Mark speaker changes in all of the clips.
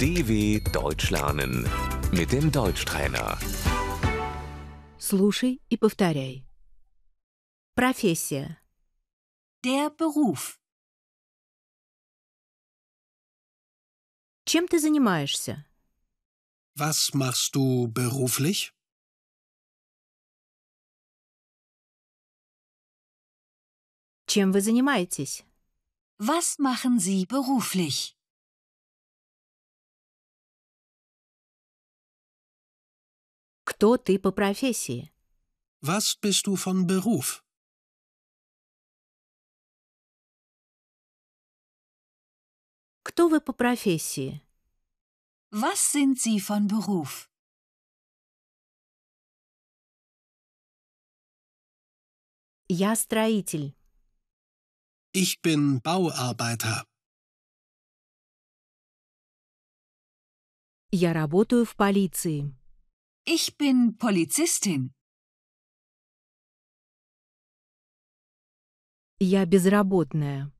Speaker 1: DW Deutsch lernen mit dem Deutschtrainer.
Speaker 2: Слушай и повторяй. Профессия.
Speaker 3: Der Beruf.
Speaker 2: Чем ты занимаешься?
Speaker 4: Was machst du beruflich?
Speaker 2: Чем вы занимаетесь?
Speaker 3: Was machen Sie beruflich?
Speaker 2: Кто ты по профессии?
Speaker 4: Was bist du von Beruf?
Speaker 2: Кто вы по профессии?
Speaker 3: Was sind Sie von Beruf?
Speaker 2: Я строитель.
Speaker 4: Ich bin Bauarbeiter.
Speaker 2: Я работаю в полиции.
Speaker 3: Ich bin Polizistin.
Speaker 2: Я безработная.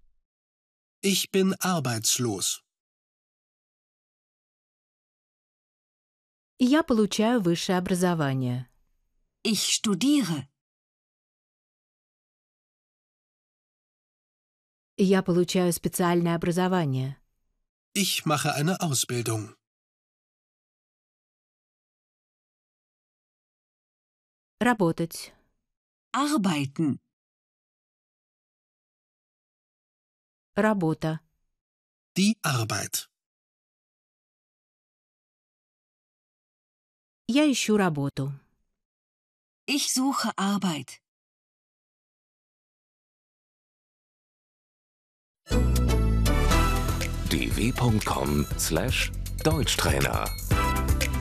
Speaker 4: Ich bin arbeitslos.
Speaker 2: Я получаю высшее образование.
Speaker 3: Ich studiere.
Speaker 2: Я получаю специальное образование.
Speaker 4: Ich mache eine Ausbildung.
Speaker 2: Работать.
Speaker 3: Arbeiten.
Speaker 2: Работа.
Speaker 4: Die Arbeit.
Speaker 2: Я ищу работу.
Speaker 3: Ich suche Arbeit.
Speaker 1: dw.com/deutschtrainer